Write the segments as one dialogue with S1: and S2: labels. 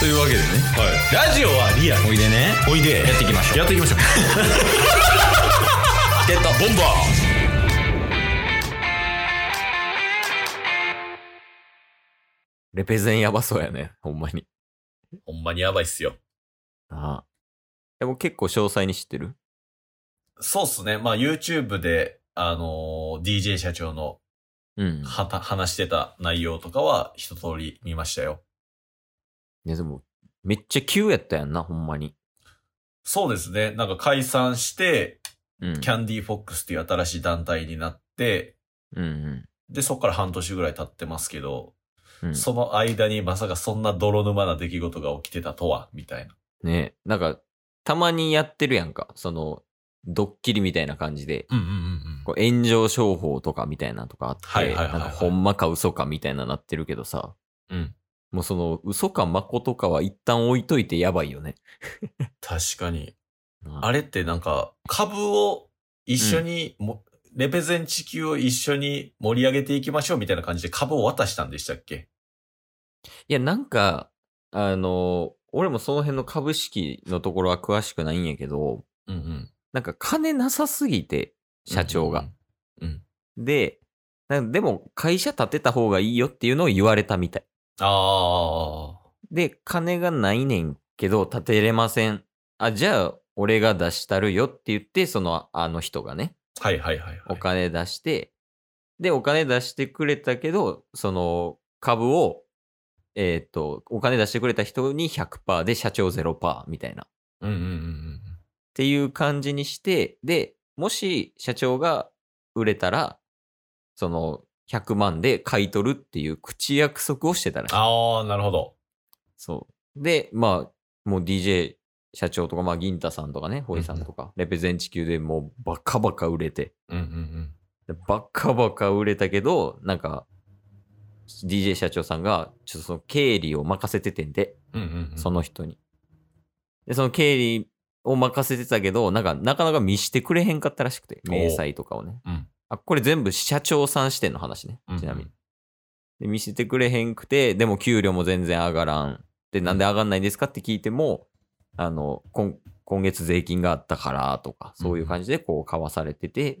S1: というわけでね、ラジオはリアおいでね
S2: おいで
S1: やっていきましょう
S2: やっていきましょう
S1: ゲットボンバ
S3: レペゼンやばそうやね。ほんまに。
S1: ーほんまにやばいっすよ
S3: ああ。でも結構詳細に知ってる
S1: そうっすねまあ YouTube であのー DJ 社長の
S3: うん。
S1: はた話してた内容とかは一通り見ましたよ
S3: いやでも、めっちゃ急やったやんな、ほんまに。
S1: そうですねなんか解散して
S3: うん。
S1: キャンディーフォックスっていう新しい団体になって
S3: うんうん
S1: でそっから半年ぐらい経ってますけど、
S3: うん。
S1: その間にまさかそんな泥沼な出来事が起きてたとはみたいな
S3: ねなんか、たまにやってるやんか。その、ドッキリみたいな感じで。
S1: うんうんうん
S3: こう炎上商法とかみたいなとかあって、
S1: はいはいはいはい
S3: なんかほんまか嘘かみたいななってるけどさ、
S1: うん
S3: もうその嘘か誠かは一旦置いといてやばいよね。
S1: 確かにあ
S3: れ
S1: れってなんか、株を一緒にも、レペゼン地球を一緒に盛り上げていきましょうみたいな感じで株を渡したんでしたっけ
S3: いや、なんか、あの、俺もその辺の株式のところは詳しくないんやけど、
S1: うんうん。
S3: なんか金なさすぎて、社長が。。で、なんでも会社建てた方がいいよっていうのを言われたみたい。
S1: ああ。
S3: で、金がないねんけど、建てれません。あ、じゃあ、俺が出したるよって言って、その、あの人がね、
S1: はいはいはい、は
S3: お
S1: い。
S3: 金出して、で、お金出してくれたけど、その、株を、えっ、と、お金出してくれた人に100%で社長0%みたいな、っ
S1: うんうんうんうん。
S3: ていう感じにして、で、もし社長が売れたら、その、100万で買い取るっていう口約束をしてたらしい。
S1: ああ、なるほど。
S3: そう。で、まあ、もう DJ 社長とか、まあ、銀太さんとかね、堀さんとか、レペゼン地球でもうバカバカ売れて、
S1: うんうんうん。
S3: でバカバカ売れたけど、なんか、DJ 社長さんが、ちょっとその経理を任せててんで、
S1: うんうん、うん。
S3: その人に。で、その経理を任せてたけど、なんか、なかなか見してくれへんかったらしくて、
S1: お
S3: 明細とかをね。
S1: うん
S3: あ、これ全部社長さん視点の話ね
S1: うんう、ん
S3: ちなみに。で見せてくれへんくて、でも給料も全然上がらん。で、なんで上がんないんですかって聞いても、あの、今今月税金があったからとか、そういう感じでこう買わされてて、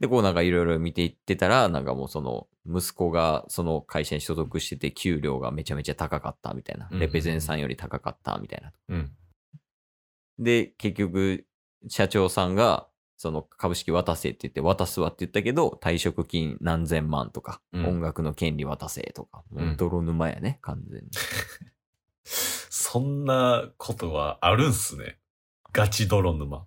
S3: で、こうなんかいろいろ見ていってたら、なんかもうその、息子がその会社に所属してて、給料がめちゃめちゃ高かったみたいな。
S1: うんうん
S3: レペゼンさんより高かったみたいな。
S1: うん。
S3: で、結局、社長さんが、その株式渡せって言って、渡すわって言ったけど、退職金何千万とか、
S1: うん
S3: 音楽の権利渡せとか、もううん泥沼やね、完全に。
S1: そんなことはあるんすね。ガチ泥沼。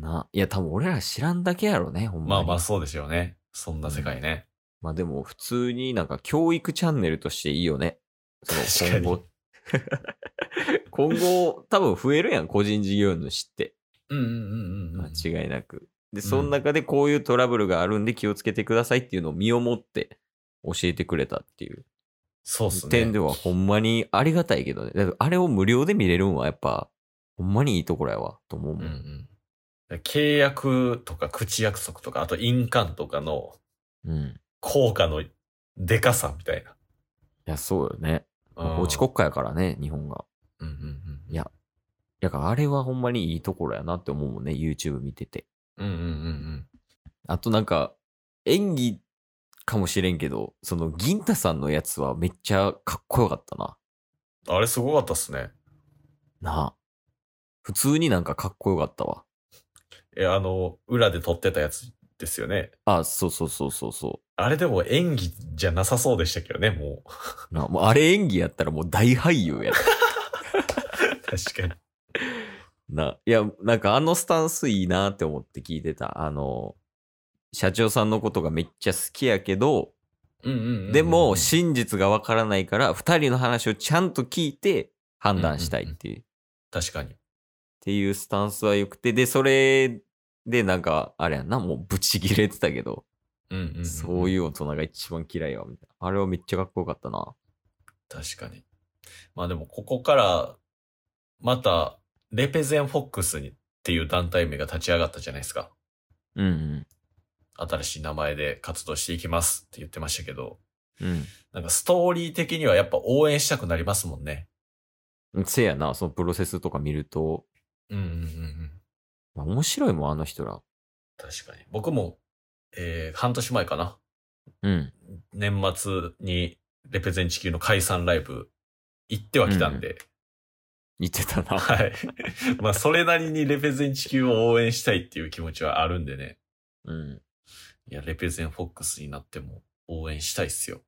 S3: な、いや、多分俺ら知らんだけやろね、ほんまに。
S1: まあまあそうでしょうね。そんな世界ね。
S3: まあでも、普通になんか教育チャンネルとしていいよね。その今後。今後、 多分増えるやん、個人事業主って。
S1: うんうんうんうん。
S3: 間違いなく。で、
S1: ん
S3: その中でこういうトラブルがあるんで気をつけてくださいっていうのを身をもって教えてくれたっていう
S1: そうっすね。
S3: 点ではほんまにありがたいけどね。だからあれを無料で見れるんはやっぱ、ほんまにいいところやわ、と思うも。
S1: うんんうん、契約とか口約束とか、あと印鑑とかの
S3: うん。い
S1: 効果のでかさみたいな。
S3: や、そうよね。
S1: うん
S3: 法治国家やからね、日本が。
S1: うんうんうん
S3: いやだからあれはほんまにいいところやなって思うもんね、YouTube 見てて。
S1: うんうんうん
S3: あとなんか、演技かもしれんけど、その銀太さんのやつはめっちゃかっこよかったな。
S1: うん。あれすごかったっすね。
S3: なあ。普通になんかかっこよかったわ。
S1: え、あの、裏で撮ってたやつですよね。
S3: あ、そうそうそうそうそ
S1: あれでも演技じゃなさそうでしたけどね、もう。
S3: う。なあもうあれ演技やったらもう大俳優やった。
S1: 確かに。
S3: な、いや、なんかあのスタンスいいなって思って聞いてた。あの、社長さんのことがめっちゃ好きやけど、
S1: うんうんうんうん
S3: でも真実がわからないから、二人の話をちゃんと聞いて判断したいっていう、っ
S1: 確かに。
S3: ていうスタンスは良くて、で、それでなんか、あれやんな、もうブチギレてたけど、
S1: うんうん、
S3: そう
S1: う
S3: い
S1: ん。
S3: う大人が一番嫌いやわ、みたいな。あれはめっちゃかっこよかったな。
S1: 確かに。まあでも、ここから、また、レペゼンフォックスにっていう団体名が立ち上がったじゃないですか。
S3: うんうん。
S1: 新しい名前で活動していきますって言ってましたけど、
S3: うん。
S1: なんかストーリー的にはやっぱ応援したくなりますもんね。
S3: せやな、そのプロセスとか見ると、
S1: うんうんうんうん。
S3: まあ面白いもん、あの人ら。
S1: 確かに。僕も、えー、半年前かな。
S3: うん。
S1: 年末にレペゼン地球の解散ライブ行っては来たんで、
S3: 言ってたな。
S1: はい。まあ、それなりにレペゼン地球を応援したいっていう気持ちはあるんでね。
S3: うん。
S1: いや、レペゼンフォックスになっても応援したいっすよ。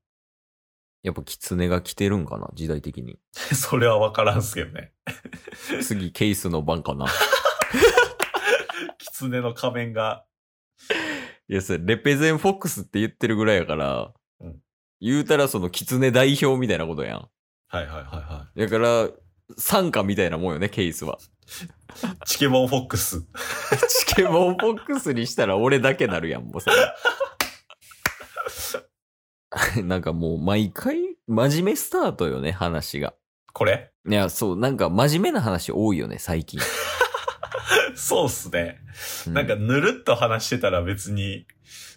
S3: やっぱ狐が来てるんかな、時代的に。
S1: それはわからんっすけどね。
S3: 次、ケースの番かな。
S1: 狐の仮面が、
S3: いや、それ、レペゼンフォックスって言ってるぐらいやから、
S1: うん
S3: 言うたらその狐代表みたいなことやん。
S1: はいはいはいは
S3: だから、参加みたいなもんよね、ケースは。
S1: い。チケボンフォックス。
S3: チケモンボックスにしたら俺だけなるやん、もうそれ。 なんかもう毎回真面目スタートよね、話が。
S1: これ
S3: いや、そう、なんか真面目な話多いよね、最近。
S1: そうっすね。
S3: う
S1: なんか、ぬるっと話してたら別に、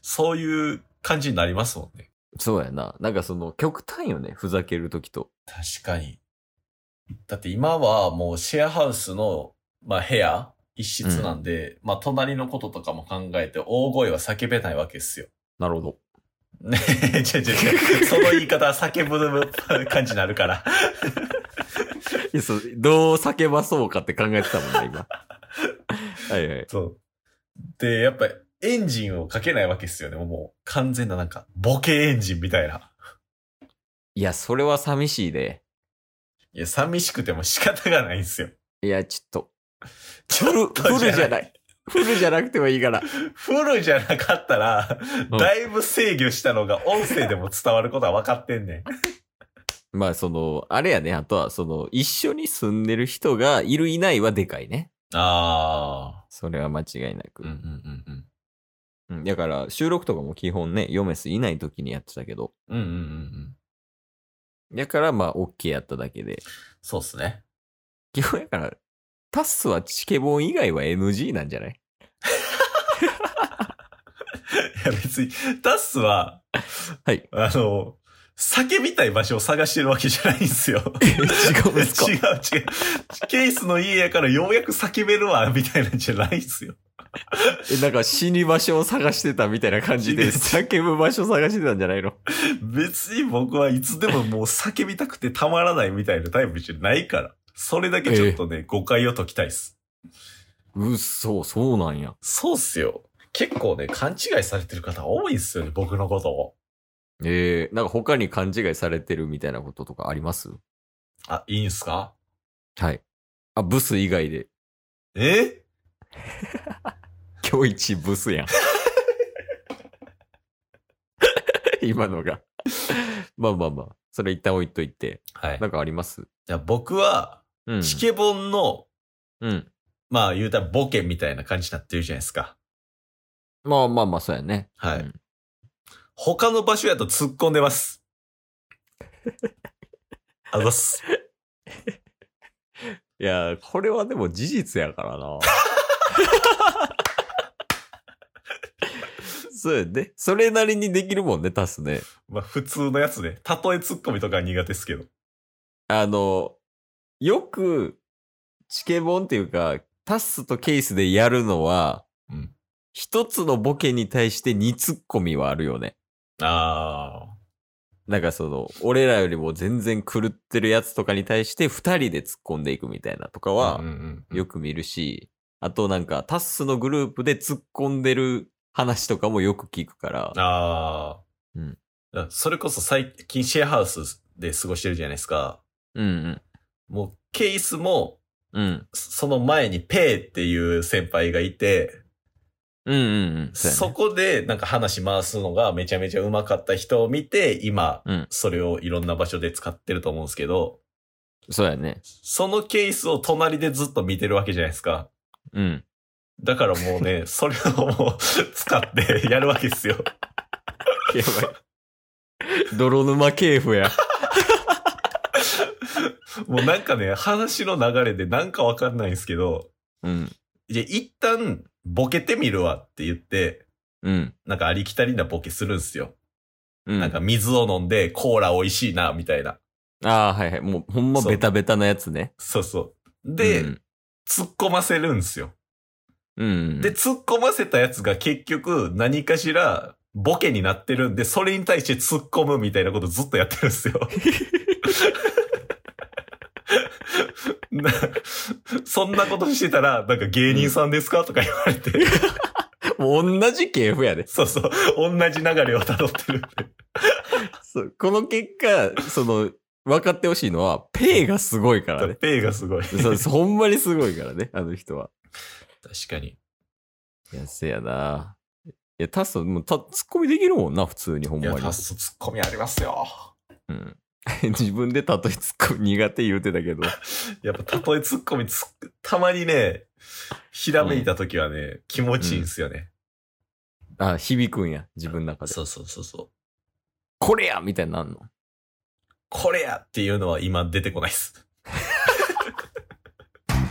S1: そういう感じになりますもんね。
S3: そうやな。なんかその、極端よね、ふざけるときと。
S1: 確かに。だって今はもうシェアハウスの、まあ、部屋、一室なんで、まあ、隣のこととかも考えて、大声は叫べないわけですよ。
S3: なるほど。
S1: ねえ、 違う違う違う。その言い方は叫ぶ感じになるから。
S3: いやそうどう叫ばそうかって考えてたもんね、 今。はいはい。
S1: そう。で、やっぱエンジンをかけないわけですよね。もう完全ななんか、ボケエンジンみたいな。
S3: いや、それは寂しいで。
S1: いや、寂しくても仕方がないんですよ。
S3: いや、ちょっと。
S1: ち
S3: フ
S1: ょ
S3: ル、
S1: っと
S3: フルじゃ
S1: ない。
S3: ない。フルじゃなくてもいいから。
S1: フルじゃなかったら、
S3: うん
S1: だいぶ制御したのが音声でも伝わることは分かってんねん。
S3: まあその、あれやね、あとはその、一緒に住んでる人がいるいないはでかいね。
S1: ああ。
S3: それは間違いなく。
S1: うんうんうん
S3: うんだから収録とかも基本ね、ヨメスいない時にやってたけど。
S1: うん。うんうんうんうん。
S3: だからまあ OK やっただけで。
S1: そうっすね。
S3: 基本やから、タッスはチケボン以外は NG なんじゃ ない
S1: いや別に、タッスは、
S3: はい。
S1: あの、叫びたい場所を探してるわけじゃないんですよ。
S3: 違うん
S1: 違う
S3: ですか
S1: 違う。ケースの家やからようやく叫べるわ、みたいなんじゃないっすよ。
S3: え、なんか死に場所を探してたみたいな感じ
S1: い
S3: で、
S1: いです
S3: 叫ぶ場所探してたんじゃないの
S1: 別に僕はいつでももう叫びたくてたまらないみたいなタイプじゃないから。それだけちょっとね、誤解を解きたいっす。
S3: うっそ、そうなんや。
S1: そうっすよ。結構ね、勘違いされてる方多いっすよね、僕のことを。
S3: えー、なんか他に勘違いされてるみたいなこととかあります
S1: あ、いいんすか
S3: はい。あ、ブス以外で。
S1: え
S3: 今日一ブスやん。 今のが。まあまあまあ。それ一旦置いといて。
S1: はい。
S3: なんかあります
S1: じゃあ僕は、
S3: うん。
S1: チケボンの、
S3: うん。
S1: まあ言うたらボケみたいな感じになってるじゃないですか。
S3: まあまあまあ、そうやね。
S1: はい。
S3: うん
S1: 他の場所やと突っ込ん でます。あざっす。
S3: いやー、これはでも事実やから な。そうやね。それなりにできるもんね、足すね。
S1: まあ普通のやつね。たとえ突っ込みとかは苦手ですけど。
S3: あの、よく、チケボンっていうか、タッスとケースでやるのは
S1: うん、
S3: 一、つのボケに対して2ツッコミはあるよね。
S1: ああ。
S3: なんかその、俺らよりも全然狂ってるやつとかに対して二人で突っ込んでいくみたいなとかは
S1: うんうんうん
S3: よく見るし、あとなんかタッスのグループで突っ込んでる話とかもよく聞くから、
S1: ああ。
S3: うん
S1: だそれこそ最近シェアハウスで過ごしてるじゃないですか。
S3: うん
S1: もうケースも、
S3: うん。うん。
S1: その前にペーっていう先輩がいて、
S3: うんうんうん。うやね
S1: そこでなんか話回すのがめちゃめちゃうまかった人を見て、今
S3: うん、
S1: それをいろんな場所で使ってると思うんですけど、
S3: そうやね。
S1: そのケースを隣でずっと見てるわけじゃないですか。
S3: うん。
S1: だからもうね、 それをもう使ってやるわけですよ。
S3: やばい。 泥沼系譜 や。
S1: もうなんかね、話の流れでなんかわかんないんですけど、
S3: うん。
S1: いや、一旦ボケてみるわって言って、
S3: うん。
S1: なんかありきたりなボケするんですよ。
S3: うん。
S1: なんか水を飲んでコーラ美味しいな、みたいな。
S3: ああ、はいはい。もうほんま
S1: そう
S3: ベタベタなやつね。
S1: そうそう。で、
S3: うん
S1: 突っ込ませるんですよ。
S3: うん。
S1: で、突っ込ませたやつが結局何かしらボケになってるんで、それに対して突っ込むみたいなことずっとやってるんですよ。なそんなことしてたら、なんか芸人さんですかとか言われて、
S3: もう同じ系譜やで。
S1: そうそう、同じ流れを辿ってるんで。
S3: そうこの結果、その、分かってほしいのは、ペイがすごいからね。
S1: ペイがすごい。確
S3: そうです。ほんまにすごいからね、あの人は。
S1: かに。
S3: いや、せやな。いや、タス、もうた、ツッコミできるもんな、普通に、ほん
S1: い
S3: ま
S1: や、
S3: に。
S1: タスツッコミありますよ。
S3: うん。 自分でたとえツッコミ苦手言うてたけど。
S1: やっぱ、たとえツッコミつく、たまにね、ひらめいた時はね、気持ちいいんですよね。
S3: あ、響くんや、自分の中で。
S1: うそうそうそう。
S3: これやみたいになんの。
S1: これやっていうのは今出てこないです。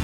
S2: す